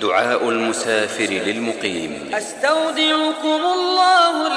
دعاء المسافر للمقيم أستودعكم الله